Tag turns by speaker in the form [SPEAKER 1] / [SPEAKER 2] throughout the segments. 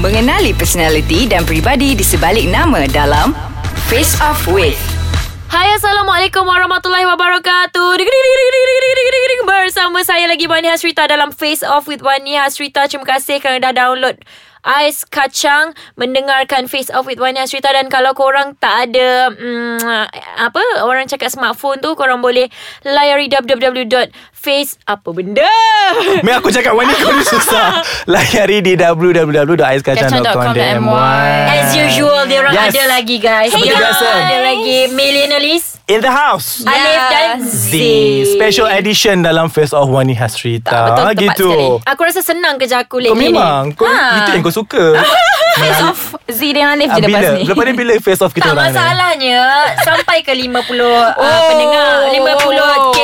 [SPEAKER 1] Mengenali personaliti dan pribadi di sebalik nama dalam Face Off With.
[SPEAKER 2] Hai Assalamualaikum warahmatullahi wabarakatuh Ding, ding, ding, ding, ding, ding, ding, ding, ding. Bersama saya lagi Wani Hasrita Dalam Face Off with Wani Hasrita Terima kasih kerana dah download Ais Kacang Mendengarkan Face Off with Wani Hasrita Dan kalau korang tak ada mm, Apa Orang cakap smartphone tu Korang boleh Layari www.face Apa benda
[SPEAKER 3] Mel aku cakap Wani kau ni susah Layari di www.aiskacang.com.my
[SPEAKER 2] As usual Dia orang
[SPEAKER 3] Yes.
[SPEAKER 2] ada lagi guys
[SPEAKER 3] Seperti
[SPEAKER 2] Dia orang
[SPEAKER 3] biasa.
[SPEAKER 2] ada lagi Millionaires
[SPEAKER 3] In the house
[SPEAKER 2] yeah. Alif dan Z
[SPEAKER 3] Z Special edition dalam Face Off Wani Hasrita
[SPEAKER 2] Betul tepat
[SPEAKER 3] gitu.
[SPEAKER 2] sekali Aku rasa senang kerja aku
[SPEAKER 3] Kau
[SPEAKER 2] lately ni
[SPEAKER 3] memang kau,
[SPEAKER 2] Ha.
[SPEAKER 3] Itu yang kau suka
[SPEAKER 4] Face off Z dengan Alif
[SPEAKER 3] Ah,
[SPEAKER 4] je lepas
[SPEAKER 3] Bila
[SPEAKER 4] ni
[SPEAKER 3] Lepas ni bila Face off kita
[SPEAKER 2] Tak
[SPEAKER 3] orang eh? ni?
[SPEAKER 2] masalahnya Sampai ke 50 oh. uh, Pendengar 50k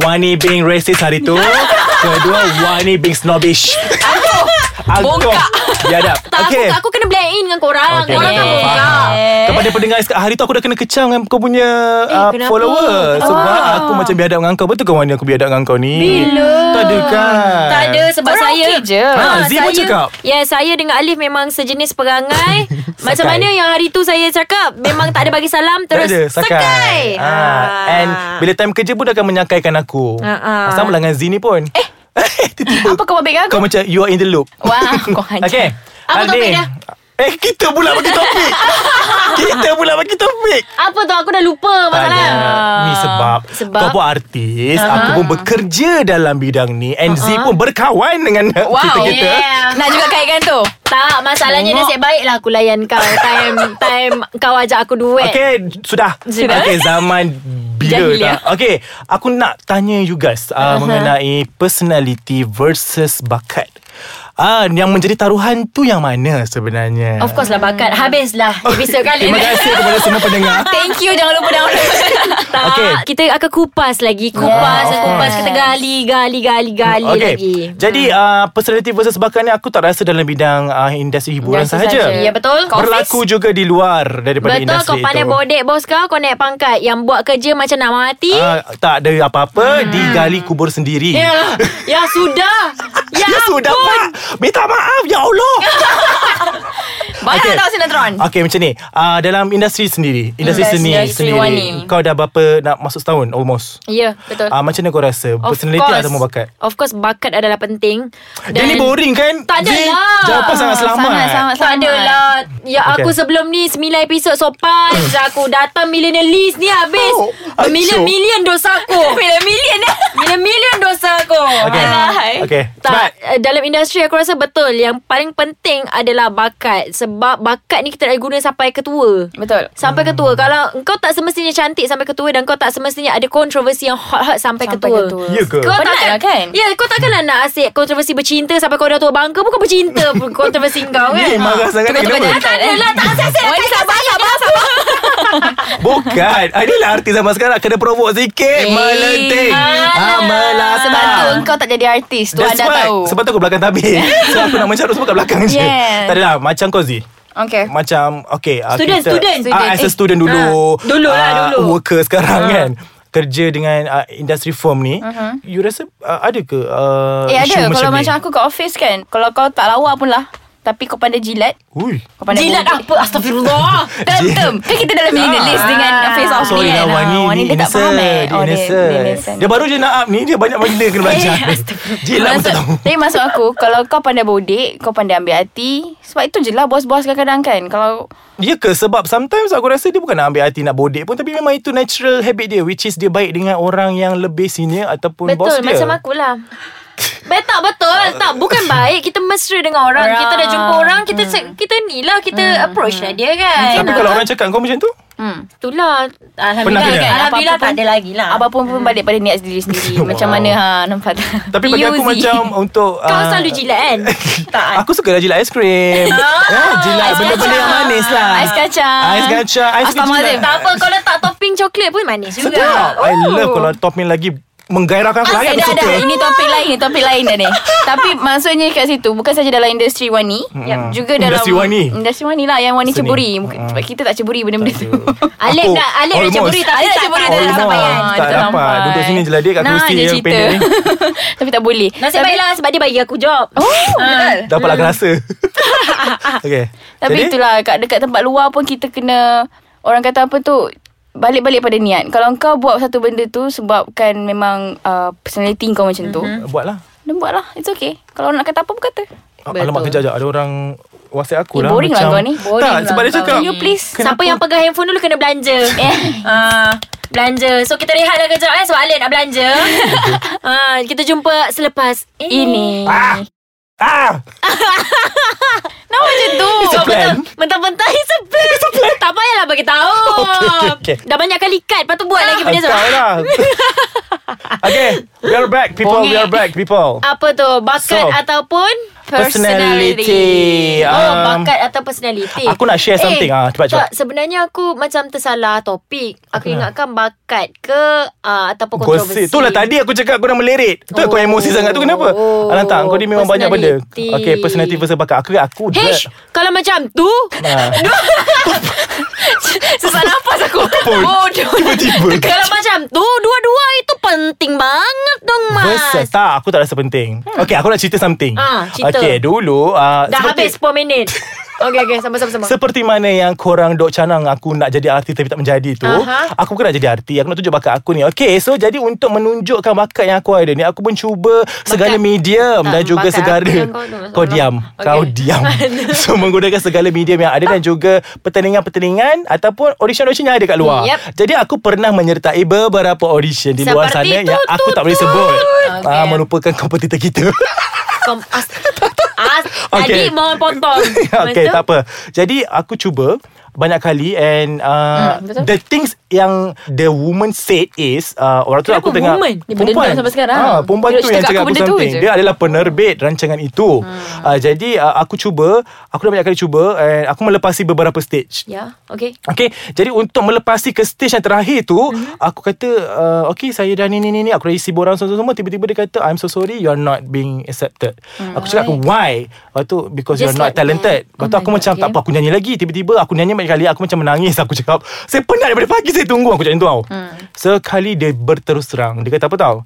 [SPEAKER 3] Wani being racist hari tu Kedua Wani being snobbish Aku
[SPEAKER 4] Bongkak.
[SPEAKER 3] Biadab
[SPEAKER 2] Tak okay. aku, aku kena blend in dengan korang
[SPEAKER 3] Okay,
[SPEAKER 2] okay. Korang
[SPEAKER 3] betul.
[SPEAKER 2] kan buka
[SPEAKER 3] Faham. Kepada pendengar sekarang Hari tu aku dah kena kecam Dengan kau punya uh,
[SPEAKER 2] kenapa?
[SPEAKER 3] Follower Sebab aku macam biadab dengan kau Betul ke Wani aku biadab dengan kau ni Bila Tak ada kan
[SPEAKER 2] Tak ada sebab
[SPEAKER 4] Korang
[SPEAKER 2] saya
[SPEAKER 4] okey je.
[SPEAKER 3] Ha, Z pun cakap.
[SPEAKER 2] Ya yeah, saya dengan Alif memang sejenis perangai Macam
[SPEAKER 3] Sakai.
[SPEAKER 2] mana yang hari tu saya cakap Memang tak ada bagi salam Terus
[SPEAKER 3] tak ada,
[SPEAKER 2] sakai.
[SPEAKER 3] sakai. Ha. And bila time kerja pun dia akan menyakaikan aku.
[SPEAKER 2] Ah, ah.
[SPEAKER 3] Sama lah dengan Z ni pun. Eh. Tiba-tiba
[SPEAKER 4] Apa kau baik dengan aku
[SPEAKER 3] kau macam you are in the loop.
[SPEAKER 4] Wah kau hancur
[SPEAKER 3] Okay.
[SPEAKER 2] Apa
[SPEAKER 3] Aldi.
[SPEAKER 2] topik dah?
[SPEAKER 3] Eh, kita pula bagi topik. kita pula bagi topik.
[SPEAKER 2] Apa tu aku dah lupa
[SPEAKER 3] Tanya
[SPEAKER 2] masalah
[SPEAKER 3] Ni sebab,
[SPEAKER 2] Sebab?
[SPEAKER 3] Kau pun artis uh-huh. Aku pun bekerja dalam bidang ni And uh-huh. Z pun berkawan dengan
[SPEAKER 4] Wow
[SPEAKER 3] kita-kita
[SPEAKER 2] yeah.
[SPEAKER 4] Nak juga kaitkan tu
[SPEAKER 2] Tak masalahnya
[SPEAKER 4] Tengok.
[SPEAKER 2] nasib baiklah aku layan kau Time time kau ajak aku duet
[SPEAKER 3] Okay Sudah
[SPEAKER 2] Sudah.
[SPEAKER 3] Okay zaman bila
[SPEAKER 4] Jahiliah.
[SPEAKER 3] dah Okay Aku nak tanya you guys uh, Mengenai Personality versus bakat Ah, Yang menjadi taruhan tu yang mana sebenarnya
[SPEAKER 2] Of course lah bakat Habislah episod kali
[SPEAKER 3] Terima
[SPEAKER 2] ni
[SPEAKER 3] kasih kepada semua pendengar
[SPEAKER 4] Thank you Jangan lupa download
[SPEAKER 2] Tak Ya.
[SPEAKER 3] Okay.
[SPEAKER 2] okay. Kita akan kupas lagi Kupas
[SPEAKER 3] Yeah, of
[SPEAKER 2] Kupas
[SPEAKER 3] course.
[SPEAKER 2] Kita gali Gali Gali Gali
[SPEAKER 3] Okay
[SPEAKER 2] lagi Hmm.
[SPEAKER 3] Jadi uh, Personality versus bakat ni Aku tak rasa dalam bidang uh, Industri hiburan
[SPEAKER 2] Industri
[SPEAKER 3] sahaja
[SPEAKER 2] sahaja. Ya, betul. Kau
[SPEAKER 3] Berlaku juga di luar Daripada
[SPEAKER 2] Betul
[SPEAKER 3] industri
[SPEAKER 2] kau pandai
[SPEAKER 3] itu
[SPEAKER 2] bodek bos kau Kau naik pangkat Yang buat kerja macam nak mati uh.
[SPEAKER 3] Ah, tak ada apa-apa Digali kubur sendiri
[SPEAKER 2] Hmm. Ya, ya sudah Ya,
[SPEAKER 3] Ya sudah pak Minta maaf Ya Allah
[SPEAKER 4] Banyak
[SPEAKER 3] Okay.
[SPEAKER 4] okay. tahu sinetron
[SPEAKER 3] Okay macam ni uh, Dalam industri sendiri Industri
[SPEAKER 4] Hmm.
[SPEAKER 3] seni
[SPEAKER 4] Industri
[SPEAKER 3] sendiri
[SPEAKER 4] wani.
[SPEAKER 3] Kau dah berapa Nak masuk setahun Almost
[SPEAKER 2] Ya betul
[SPEAKER 3] uh, Macam mana kau rasa
[SPEAKER 2] Of
[SPEAKER 3] Personality
[SPEAKER 2] course.
[SPEAKER 3] atau bakat
[SPEAKER 2] Of course bakat adalah penting
[SPEAKER 3] Dia ni boring kan
[SPEAKER 2] Tak ada
[SPEAKER 3] Zee,
[SPEAKER 2] lah.
[SPEAKER 3] Jawapan sangat selamat
[SPEAKER 4] Sangat selamat
[SPEAKER 2] Tak ada lah Ya okay.
[SPEAKER 3] Okay.
[SPEAKER 2] aku sebelum ni 9 episod sopan Aku datang millionaire list ni habis
[SPEAKER 3] Oh,
[SPEAKER 2] oh, Million-million dosa aku Million-million Million-million dosa aku
[SPEAKER 3] Okay
[SPEAKER 4] Alahai.
[SPEAKER 3] Okay Cepat
[SPEAKER 2] tak, eh, dalam industri aku rasa betul Yang paling penting adalah bakat Sebab bakat ni kita nak guna sampai ketua
[SPEAKER 4] Betul
[SPEAKER 2] Sampai
[SPEAKER 3] Hmm.
[SPEAKER 2] ketua Kalau engkau tak semestinya cantik sampai ketua Dan kau tak semestinya ada kontroversi yang hot-hot sampai,
[SPEAKER 4] Sampai
[SPEAKER 2] ketua.
[SPEAKER 4] ketua.
[SPEAKER 3] Ya ke
[SPEAKER 2] Kau
[SPEAKER 4] Penat
[SPEAKER 2] takkan
[SPEAKER 4] lah kan?
[SPEAKER 2] Ya kau takkanlah nak asyik Kontroversi bercinta Sampai kau dah tua bangka pun Kau bercinta pun Kontroversi kau
[SPEAKER 3] Ni
[SPEAKER 2] kan
[SPEAKER 3] marah sangat ni kenapa?
[SPEAKER 4] Tengok-tengok dia.
[SPEAKER 2] Tak adalah Tak asyik-asyik
[SPEAKER 4] Wani sabar sabar sabar
[SPEAKER 3] Bukan Ah, Inilah artis zaman sekarang Kena provoke sikit Melenting ah,
[SPEAKER 4] Eh. Sebab tu
[SPEAKER 3] Melata
[SPEAKER 4] kau tak jadi artis Tu
[SPEAKER 3] That's
[SPEAKER 4] anda
[SPEAKER 3] why
[SPEAKER 4] tahu
[SPEAKER 3] Sebab tu aku belakang tabir So aku nak mencarut semua kat belakang je
[SPEAKER 4] Yes.
[SPEAKER 3] Tak adalah Macam kau Z
[SPEAKER 4] Okay
[SPEAKER 3] Macam Okay ah,
[SPEAKER 2] Student,
[SPEAKER 3] kita,
[SPEAKER 2] student.
[SPEAKER 3] ah, As a
[SPEAKER 4] Eh,
[SPEAKER 3] student dulu
[SPEAKER 2] ah, dulu lah,
[SPEAKER 3] ah,
[SPEAKER 2] dulu.
[SPEAKER 3] Worker sekarang
[SPEAKER 4] Ah.
[SPEAKER 3] kan kerja dengan uh, industri firm ni uh-huh. you rasa uh, ada ke uh,
[SPEAKER 4] Eh
[SPEAKER 3] isu
[SPEAKER 4] ada
[SPEAKER 3] macam
[SPEAKER 4] Kalau
[SPEAKER 3] ni
[SPEAKER 4] macam aku kat office kan Kalau kau tak lawa pun lah Tapi kau pandai jilat
[SPEAKER 3] Ui.
[SPEAKER 4] Kau pandai
[SPEAKER 2] Jilat
[SPEAKER 3] ah,
[SPEAKER 4] bodek.
[SPEAKER 2] apa Astagfirullah
[SPEAKER 4] Term-term Kan kita dalam minute list Dengan face off
[SPEAKER 3] Sorry
[SPEAKER 4] ni
[SPEAKER 3] lah
[SPEAKER 4] kan.
[SPEAKER 3] Wani
[SPEAKER 4] Ah,
[SPEAKER 3] ni
[SPEAKER 4] Dia Eh, tak faham eh
[SPEAKER 3] innocent Dia
[SPEAKER 4] Oh,
[SPEAKER 3] innocent Dia baru je nak up ni Dia banyak benda kena lah, belajar Jilat pun
[SPEAKER 4] Maksud,
[SPEAKER 3] tak tahu
[SPEAKER 4] tapi maksud aku Kalau kau pandai bodek Kau pandai ambil hati Sebab itu je lah Bos-bos kadang-kadang kan Kalau
[SPEAKER 3] Ya ke sebab sometimes aku rasa dia bukan nak ambil hati nak bodek pun tapi memang itu natural habit dia which is dia baik dengan orang yang lebih senior ataupun
[SPEAKER 2] Betul
[SPEAKER 3] bos dia.
[SPEAKER 2] macam akulah Bet, tak betul tak bukan baik kita mesra dengan orang,
[SPEAKER 4] Orang.
[SPEAKER 2] kita dah jumpa orang kita hmm. kita ni lah kita approach lah dia kan
[SPEAKER 3] Tapi kalau orang cakap kau macam tu
[SPEAKER 4] hmm,
[SPEAKER 2] itulah alhamdulillah
[SPEAKER 3] kena?
[SPEAKER 2] kan alhamdulillah
[SPEAKER 4] Apa-apa
[SPEAKER 2] tak ada
[SPEAKER 4] pun-
[SPEAKER 2] lagi lah
[SPEAKER 4] Apa pun pun balik pada niat sendiri sendiri Macam
[SPEAKER 3] Wow.
[SPEAKER 4] mana ha Nampak tak
[SPEAKER 3] Tapi bagi aku
[SPEAKER 4] PUZ.
[SPEAKER 3] macam untuk
[SPEAKER 2] kau
[SPEAKER 3] ah,
[SPEAKER 2] selalu jilat kan tak Ah,
[SPEAKER 3] Aku suka lah jilat aiskrim ya, Jilat
[SPEAKER 4] Ais
[SPEAKER 3] benda-benda
[SPEAKER 4] kacang.
[SPEAKER 3] yang manis lah
[SPEAKER 4] Ais kacang.
[SPEAKER 3] Ais kacang Ais krim
[SPEAKER 4] Astaghfirullahalazim.
[SPEAKER 3] jilat
[SPEAKER 2] tak apa kau letak topping coklat pun manis juga Oh.
[SPEAKER 3] Sedap I love kalau topping lagi menggairahkan
[SPEAKER 2] Ah,
[SPEAKER 3] aku lagi
[SPEAKER 4] Eh,
[SPEAKER 3] aku
[SPEAKER 4] dah,
[SPEAKER 3] suka.
[SPEAKER 4] dah. Ini topik lain, ini topik lain dah ni. Tapi maksudnya kat situ bukan saja dalam industri wani,
[SPEAKER 3] Mm.
[SPEAKER 4] juga dalam
[SPEAKER 3] Industri wani.
[SPEAKER 4] Industri wani lah yang wani
[SPEAKER 3] Seni.
[SPEAKER 4] ceburi. Muka-
[SPEAKER 3] Mm.
[SPEAKER 4] Sebab kita tak ceburi benda benda tu.
[SPEAKER 2] Alif
[SPEAKER 3] Aku
[SPEAKER 2] dah Alif dah
[SPEAKER 3] almost.
[SPEAKER 2] cemburi tapi
[SPEAKER 4] Alif dah
[SPEAKER 2] tak lah
[SPEAKER 4] cemburi,
[SPEAKER 2] tak
[SPEAKER 4] tak
[SPEAKER 3] Almost.
[SPEAKER 4] sampai kan?
[SPEAKER 3] Tak
[SPEAKER 4] Tak
[SPEAKER 3] dapat
[SPEAKER 4] sampai.
[SPEAKER 3] Duduk sini je lah Dia kat
[SPEAKER 4] Nah,
[SPEAKER 3] kerusi
[SPEAKER 4] dia
[SPEAKER 3] yang
[SPEAKER 4] cerita.
[SPEAKER 3] pendek ni
[SPEAKER 4] Tapi tak boleh.
[SPEAKER 2] Nasib
[SPEAKER 4] Tapi-
[SPEAKER 2] baiklah sebab dia bagi aku job. Ah.
[SPEAKER 4] Oh, betul.
[SPEAKER 3] Dapatlah
[SPEAKER 2] Hmm.
[SPEAKER 3] lah kerasa Okay
[SPEAKER 4] Tapi Jadi? itulah kat dekat tempat luar pun kita kena orang kata apa tu balik-balik pada niat. Kalau kau buat satu benda tu sebabkan memang uh, personality kau macam tu,
[SPEAKER 2] Mhm.
[SPEAKER 4] mm-hmm.
[SPEAKER 3] Buatlah
[SPEAKER 4] dan buatlah. It's okay. Kalau nak kata apa pun kata.
[SPEAKER 2] Betul.
[SPEAKER 3] Ah, Alamak kejap kejap Ada orang WhatsApp aku
[SPEAKER 4] Eh,
[SPEAKER 3] lah
[SPEAKER 4] boring lah
[SPEAKER 3] macam,
[SPEAKER 4] kau ni.
[SPEAKER 2] Boring
[SPEAKER 3] Tak
[SPEAKER 2] lah
[SPEAKER 3] sebab dia
[SPEAKER 2] kau.
[SPEAKER 3] cakap
[SPEAKER 4] Can you please?
[SPEAKER 3] Kenapa?
[SPEAKER 2] Siapa yang pegang handphone dulu kena belanja.
[SPEAKER 4] Eh.
[SPEAKER 2] Ah, belanja. So kita rehat lah kejap eh sebab Alif nak belanja. ah, kita jumpa selepas ini.
[SPEAKER 4] Ini.
[SPEAKER 3] Ah Ah
[SPEAKER 4] Kenapa macam tu?
[SPEAKER 3] It's a plan
[SPEAKER 2] Mentah-mentah It's a plan It's a plan Tak payahlah bagi tahu
[SPEAKER 3] Okay, okay, okay.
[SPEAKER 2] Dah banyak kali cut Lepas tu buat lagi benda tu
[SPEAKER 3] Kau lah Okay We are back people We
[SPEAKER 4] Bongek.
[SPEAKER 3] are back people
[SPEAKER 2] Apa tu Bakat
[SPEAKER 3] So,
[SPEAKER 2] ataupun
[SPEAKER 3] Personality
[SPEAKER 2] Oh
[SPEAKER 3] Um,
[SPEAKER 2] bakat atau personality Eh,
[SPEAKER 3] aku nak share something, ah, cepat, cepat.
[SPEAKER 2] tak, Sebenarnya aku macam tersalah topik Aku
[SPEAKER 3] Apa nak?
[SPEAKER 2] ingatkan bakat ke uh, Ataupun kontroversi
[SPEAKER 3] Gosip Itulah tadi aku cakap Kau dah melerit Tu kau
[SPEAKER 2] Oh.
[SPEAKER 3] emosi sangat tu kenapa
[SPEAKER 2] Oh,
[SPEAKER 3] Alang tak Kau ni memang banyak benda
[SPEAKER 2] personality.
[SPEAKER 3] Okay personality versus bakat Aku aku
[SPEAKER 2] Hish Kalau macam tu
[SPEAKER 3] Ah.
[SPEAKER 4] Sesak nafas aku.
[SPEAKER 3] Pun.
[SPEAKER 4] Bodoh.
[SPEAKER 3] Tiba-tiba
[SPEAKER 2] Kalau macam tu Dua-dua itu penting banget dong mas
[SPEAKER 3] Versus Tak aku tak rasa penting Okay aku nak cerita something
[SPEAKER 2] Hmm. Ah, cerita.
[SPEAKER 3] Okay dulu uh,
[SPEAKER 2] Dah habis 10 minit Okay okay sama-sama
[SPEAKER 3] Seperti mana yang korang dok canang aku nak jadi artis tapi tak menjadi tu.
[SPEAKER 2] Aha.
[SPEAKER 3] Aku bukan nak jadi artis, aku nak tunjuk bakat aku ni. Okay, so jadi untuk menunjukkan bakat yang aku ada ni, aku pun cuba segala medium
[SPEAKER 2] Tak,
[SPEAKER 3] dan juga
[SPEAKER 2] bakat
[SPEAKER 3] segala
[SPEAKER 2] aku yang kau tu,
[SPEAKER 3] Hmm, kau
[SPEAKER 2] masalah.
[SPEAKER 3] diam.
[SPEAKER 2] Okay.
[SPEAKER 3] Kau diam. so menggunakan segala medium yang ada dan juga pertandingan-pertandingan ataupun audition-audition yang ada kat luar.
[SPEAKER 2] Yep.
[SPEAKER 3] Jadi aku pernah menyertai beberapa audition di luar sana
[SPEAKER 2] Seperti
[SPEAKER 3] yang
[SPEAKER 2] tu,
[SPEAKER 3] aku
[SPEAKER 2] tu,
[SPEAKER 3] tak boleh
[SPEAKER 2] tu.
[SPEAKER 3] sebut.
[SPEAKER 2] Okay.
[SPEAKER 3] Ah melupakan kompetitor kita.
[SPEAKER 2] Kom, as, as,
[SPEAKER 3] Okay.
[SPEAKER 2] okay. Tadi mohon potong
[SPEAKER 3] okay, Ya, tak apa. Jadi aku cuba banyak kali and uh,
[SPEAKER 4] Hmm, betul.
[SPEAKER 3] the things yang the woman said is uh, orang tu
[SPEAKER 2] Kenapa
[SPEAKER 3] aku tengah
[SPEAKER 2] woman?
[SPEAKER 4] Dia berdendam sampai sekarang.
[SPEAKER 3] Ah, perempuan
[SPEAKER 4] Dia
[SPEAKER 3] tu
[SPEAKER 4] cakap
[SPEAKER 3] yang
[SPEAKER 4] aku
[SPEAKER 3] cakap aku
[SPEAKER 4] benda tu
[SPEAKER 3] something.
[SPEAKER 4] je.
[SPEAKER 3] Dia adalah penerbit rancangan itu. Hmm. Uh, jadi uh, aku cuba, aku dah banyak kali cuba and aku melepasi beberapa stage.
[SPEAKER 2] Ya okay
[SPEAKER 3] Okay Jadi untuk melepasi ke stage yang terakhir tu mm-hmm. Aku kata uh, Okay saya dah ni ni ni ni Aku dah isi borang semua-semua Tiba-tiba dia kata I'm so sorry You are not being accepted mm. Aku cakap why Lepas tu Because
[SPEAKER 2] Just
[SPEAKER 3] you are not
[SPEAKER 2] like that.
[SPEAKER 3] talented Lepas tu
[SPEAKER 4] Oh
[SPEAKER 3] aku
[SPEAKER 4] my
[SPEAKER 3] macam
[SPEAKER 4] God,
[SPEAKER 3] Tak
[SPEAKER 4] okay.
[SPEAKER 3] apa aku nyanyi lagi Tiba-tiba aku nyanyi banyak kali Aku macam menangis Aku cakap Saya penat daripada pagi Saya tunggu Aku cakap macam tu tau mm. Sekali dia berterus terang Dia kata apa tau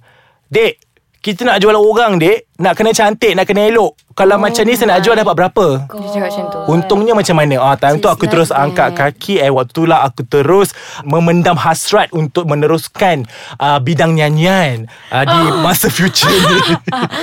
[SPEAKER 3] Dek kita nak jual orang dek Nak kena cantik Nak kena elok Kalau oh macam ni Saya nak jual dapat berapa
[SPEAKER 4] Dia cakap macam tu.
[SPEAKER 3] Untungnya macam mana ah, Time tu
[SPEAKER 4] Just
[SPEAKER 3] aku
[SPEAKER 4] like
[SPEAKER 3] terus
[SPEAKER 4] that.
[SPEAKER 3] angkat kaki Eh waktu tu lah aku terus Memendam hasrat Untuk meneruskan uh, Bidang nyanyian uh, Di masa future ni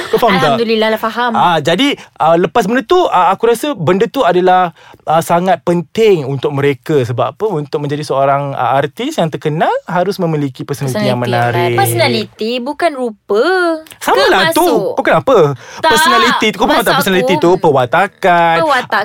[SPEAKER 3] Kau faham tak?
[SPEAKER 2] Alhamdulillah lah faham
[SPEAKER 3] Ah, jadi uh, lepas benda tu uh, aku rasa benda tu adalah uh, sangat penting untuk mereka sebab apa untuk menjadi seorang uh, artis yang terkenal harus memiliki personality, yang
[SPEAKER 4] Personality
[SPEAKER 3] menarik.
[SPEAKER 4] yang
[SPEAKER 2] Personality bukan rupa
[SPEAKER 3] eh. Sama
[SPEAKER 2] Ke
[SPEAKER 3] lah tu
[SPEAKER 2] masuk?
[SPEAKER 3] Kau kenapa
[SPEAKER 2] Tak.
[SPEAKER 3] Personality Kau faham tak
[SPEAKER 2] Maksud
[SPEAKER 3] personality
[SPEAKER 2] aku-
[SPEAKER 3] tu Perwatakan,
[SPEAKER 2] Perwatakan.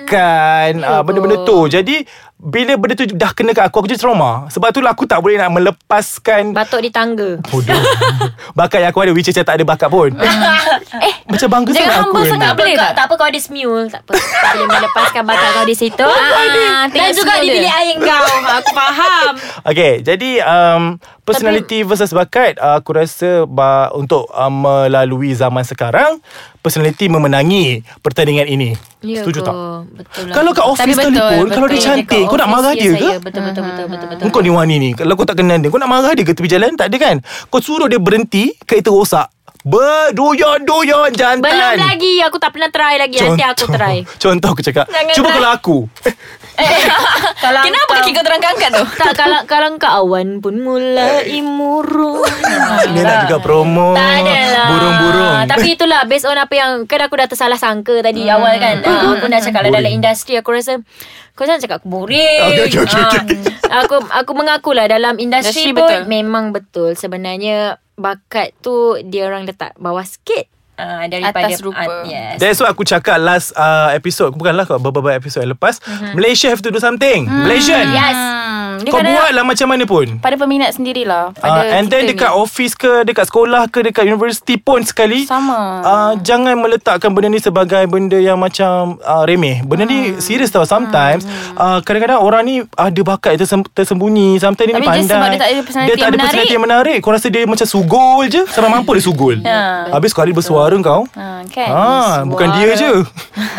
[SPEAKER 3] Perawakan
[SPEAKER 2] Ya
[SPEAKER 3] ah, Benda-benda
[SPEAKER 2] ke?
[SPEAKER 3] tu Jadi Bila benda tu dah kena kat aku Aku jadi trauma Sebab tu lah aku tak boleh nak melepaskan
[SPEAKER 2] Batuk di tangga
[SPEAKER 3] Bodoh Bakat yang aku ada Which is saya tak ada bakat pun Eh Macam bangga
[SPEAKER 4] jangan
[SPEAKER 3] sangat aku
[SPEAKER 4] humble
[SPEAKER 3] ni.
[SPEAKER 4] sangat.
[SPEAKER 2] tak apa,
[SPEAKER 4] boleh
[SPEAKER 2] kau,
[SPEAKER 4] tak?
[SPEAKER 2] tak apa kau ada smule Tak apa Tak boleh melepaskan bakat kau di situ ah,
[SPEAKER 4] tengok
[SPEAKER 2] Dan juga
[SPEAKER 4] smule
[SPEAKER 2] di
[SPEAKER 4] dia.
[SPEAKER 2] bilik air kau Aku faham
[SPEAKER 3] Okay Jadi um, Personality Tapi, versus bakat uh, Aku rasa ba- Untuk uh, Melalui zaman sekarang Personality memenangi Pertandingan ini
[SPEAKER 2] Ya
[SPEAKER 3] Setuju
[SPEAKER 2] ke?
[SPEAKER 3] tak?
[SPEAKER 2] Betul lah
[SPEAKER 3] Kalau kat office
[SPEAKER 4] betul,
[SPEAKER 3] sekalipun Kalau dia
[SPEAKER 4] betul.
[SPEAKER 3] cantik Kau nak marah dia ke?
[SPEAKER 2] ya Betul betul betul betul betul.
[SPEAKER 3] Kau ni wani ni Kalau kau tak kenal dia Kau nak marah dia ke tepi jalan Tak ada kan Kau suruh dia berhenti Kereta rosak Berdoyon-doyon jantan
[SPEAKER 2] Belum lagi Aku tak pernah try lagi Nanti aku try
[SPEAKER 3] kan? Contoh aku cakap
[SPEAKER 4] Jangan
[SPEAKER 3] Cuba
[SPEAKER 4] try.
[SPEAKER 3] kalau aku
[SPEAKER 2] Kalau
[SPEAKER 4] Kenapa
[SPEAKER 2] kau-
[SPEAKER 4] kaki kau terangkat tu?
[SPEAKER 2] Tak kalau kalau kau awan pun mulai murung.
[SPEAKER 3] Dia nak lah juga promo
[SPEAKER 2] tak ada lah
[SPEAKER 3] Oh, Burung-burung
[SPEAKER 2] Tapi itulah Based on apa yang Kan aku dah tersalah sangka Tadi awal kan Ah, Aku dah cakap lah Dalam
[SPEAKER 3] Hmm. Boring.
[SPEAKER 2] industri Aku rasa Kau jangan cakap aku boring
[SPEAKER 3] Okay, okay, okay,
[SPEAKER 2] Ah,
[SPEAKER 3] okay.
[SPEAKER 2] Aku aku mengakulah Dalam industri
[SPEAKER 4] Industri
[SPEAKER 2] pun
[SPEAKER 4] betul.
[SPEAKER 2] Memang betul Sebenarnya Bakat tu Dia orang letak bawah sikit ah, Daripada
[SPEAKER 4] Atas rupa.
[SPEAKER 2] ah, yes.
[SPEAKER 3] That's what aku cakap last uh, episode Bukan last kot Beberapa episode lepas Malaysia have to do something
[SPEAKER 2] Mm-hmm.
[SPEAKER 3] Malaysian
[SPEAKER 2] Mm. Yes
[SPEAKER 4] Hmm, dia
[SPEAKER 3] Kau
[SPEAKER 4] kadang-
[SPEAKER 3] buatlah macam mana pun
[SPEAKER 4] Pada peminat sendirilah
[SPEAKER 3] Uh,
[SPEAKER 4] pada
[SPEAKER 3] and
[SPEAKER 4] kita
[SPEAKER 3] then
[SPEAKER 4] ni.
[SPEAKER 3] dekat office ke Dekat sekolah ke Dekat universiti pun sekali
[SPEAKER 4] Sama.
[SPEAKER 3] uh, Jangan meletakkan benda ni Sebagai benda yang macam uh, Remeh Benda ni
[SPEAKER 4] Hmm.
[SPEAKER 3] serius tau Sometimes uh, Kadang-kadang orang ni Ada bakat tersem- tersembunyi Sometimes dia
[SPEAKER 4] Tapi
[SPEAKER 3] ni pandai
[SPEAKER 4] just sebab dia tak ada personality
[SPEAKER 3] Dia tak ada
[SPEAKER 4] yang
[SPEAKER 3] personality yang menarik Kau rasa dia macam sugul je Sampai mampu dia sugul
[SPEAKER 4] Ya.
[SPEAKER 3] Habis sekali bersuara kau
[SPEAKER 4] Ha, kan?
[SPEAKER 3] Ah, bukan dia je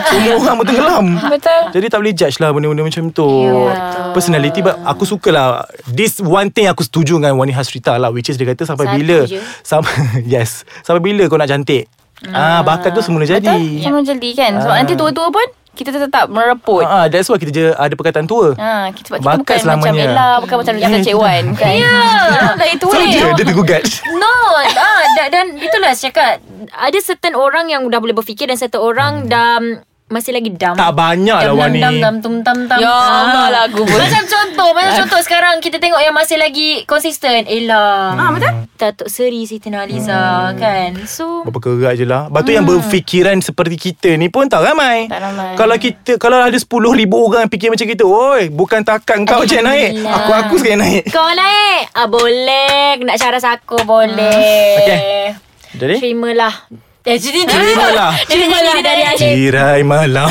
[SPEAKER 3] Semua orang pun tenggelam
[SPEAKER 4] Betul. Ya,
[SPEAKER 3] Jadi tak boleh judge lah Benda-benda macam tu yeah. Personality but Aku suka lah This one thing Aku setuju dengan Wani Hasrita lah Which is dia kata Sampai
[SPEAKER 2] Satu
[SPEAKER 3] bila
[SPEAKER 2] je.
[SPEAKER 3] sampai, Yes Sampai bila kau nak cantik Ah, Bakat tu semula jadi
[SPEAKER 4] Hmm. Betul? Semua jadi kan? Sebab
[SPEAKER 3] Ah.
[SPEAKER 4] nanti tua-tua pun kita tetap mereput.
[SPEAKER 3] Ah, ah, That's why kita je Ada perkataan tua
[SPEAKER 4] Ha, kita,
[SPEAKER 3] Bakat
[SPEAKER 4] sebab kita bukan macam
[SPEAKER 3] selamanya.
[SPEAKER 4] Ella, bukan macam Rita Cik Wan. Bukan. Ya. Dari tu
[SPEAKER 3] So
[SPEAKER 4] eh.
[SPEAKER 3] dia Dia tergugat
[SPEAKER 2] No ah, dan, dan itulah saya cakap Ada certain orang yang dah boleh berfikir Dan certain orang dah masih lagi dumb
[SPEAKER 3] Hmm. Tak banyak lah Wani
[SPEAKER 5] Dam dam tum tam tam.
[SPEAKER 4] Ya Allah lagu pun. Eh.
[SPEAKER 2] Macam contoh Macam contoh sekarang Kita tengok yang masih lagi Konsisten Ella ah, Betul Datuk Seri Siti Naliza Kan So
[SPEAKER 3] Berperkerat je lah Lepas tu yang berfikiran Seperti kita ni pun Tak ramai
[SPEAKER 4] Hmm. Tak ramai.
[SPEAKER 3] Kalau kita Kalau ada 10 ribu orang Yang fikir macam kita Oi Bukan takat kau je naik Aku-aku sekali naik
[SPEAKER 2] Kau naik ah, Boleh Nak syaras aku Boleh
[SPEAKER 3] Okay. Jadi
[SPEAKER 2] Terimalah Hmm. Eh, jadi
[SPEAKER 3] Terimalah.
[SPEAKER 2] Dia nyanyi dia dari adik
[SPEAKER 3] Tirai malam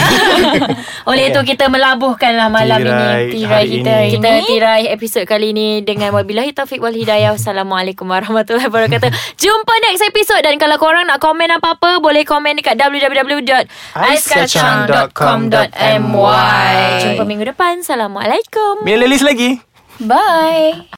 [SPEAKER 2] Oleh itu kita melabuhkanlah malam
[SPEAKER 3] Tirai
[SPEAKER 2] ini
[SPEAKER 3] hari ini.
[SPEAKER 2] Kita tirai episod kali ini Dengan wabillahi taufiq wal hidayah Wassalamualaikum warahmatullahi wabarakatuh Jumpa next episod Dan kalau korang nak komen apa-apa Boleh komen dekat www.aiskacang.com.my Jumpa minggu depan Assalamualaikum
[SPEAKER 3] Mila list lagi
[SPEAKER 4] Bye.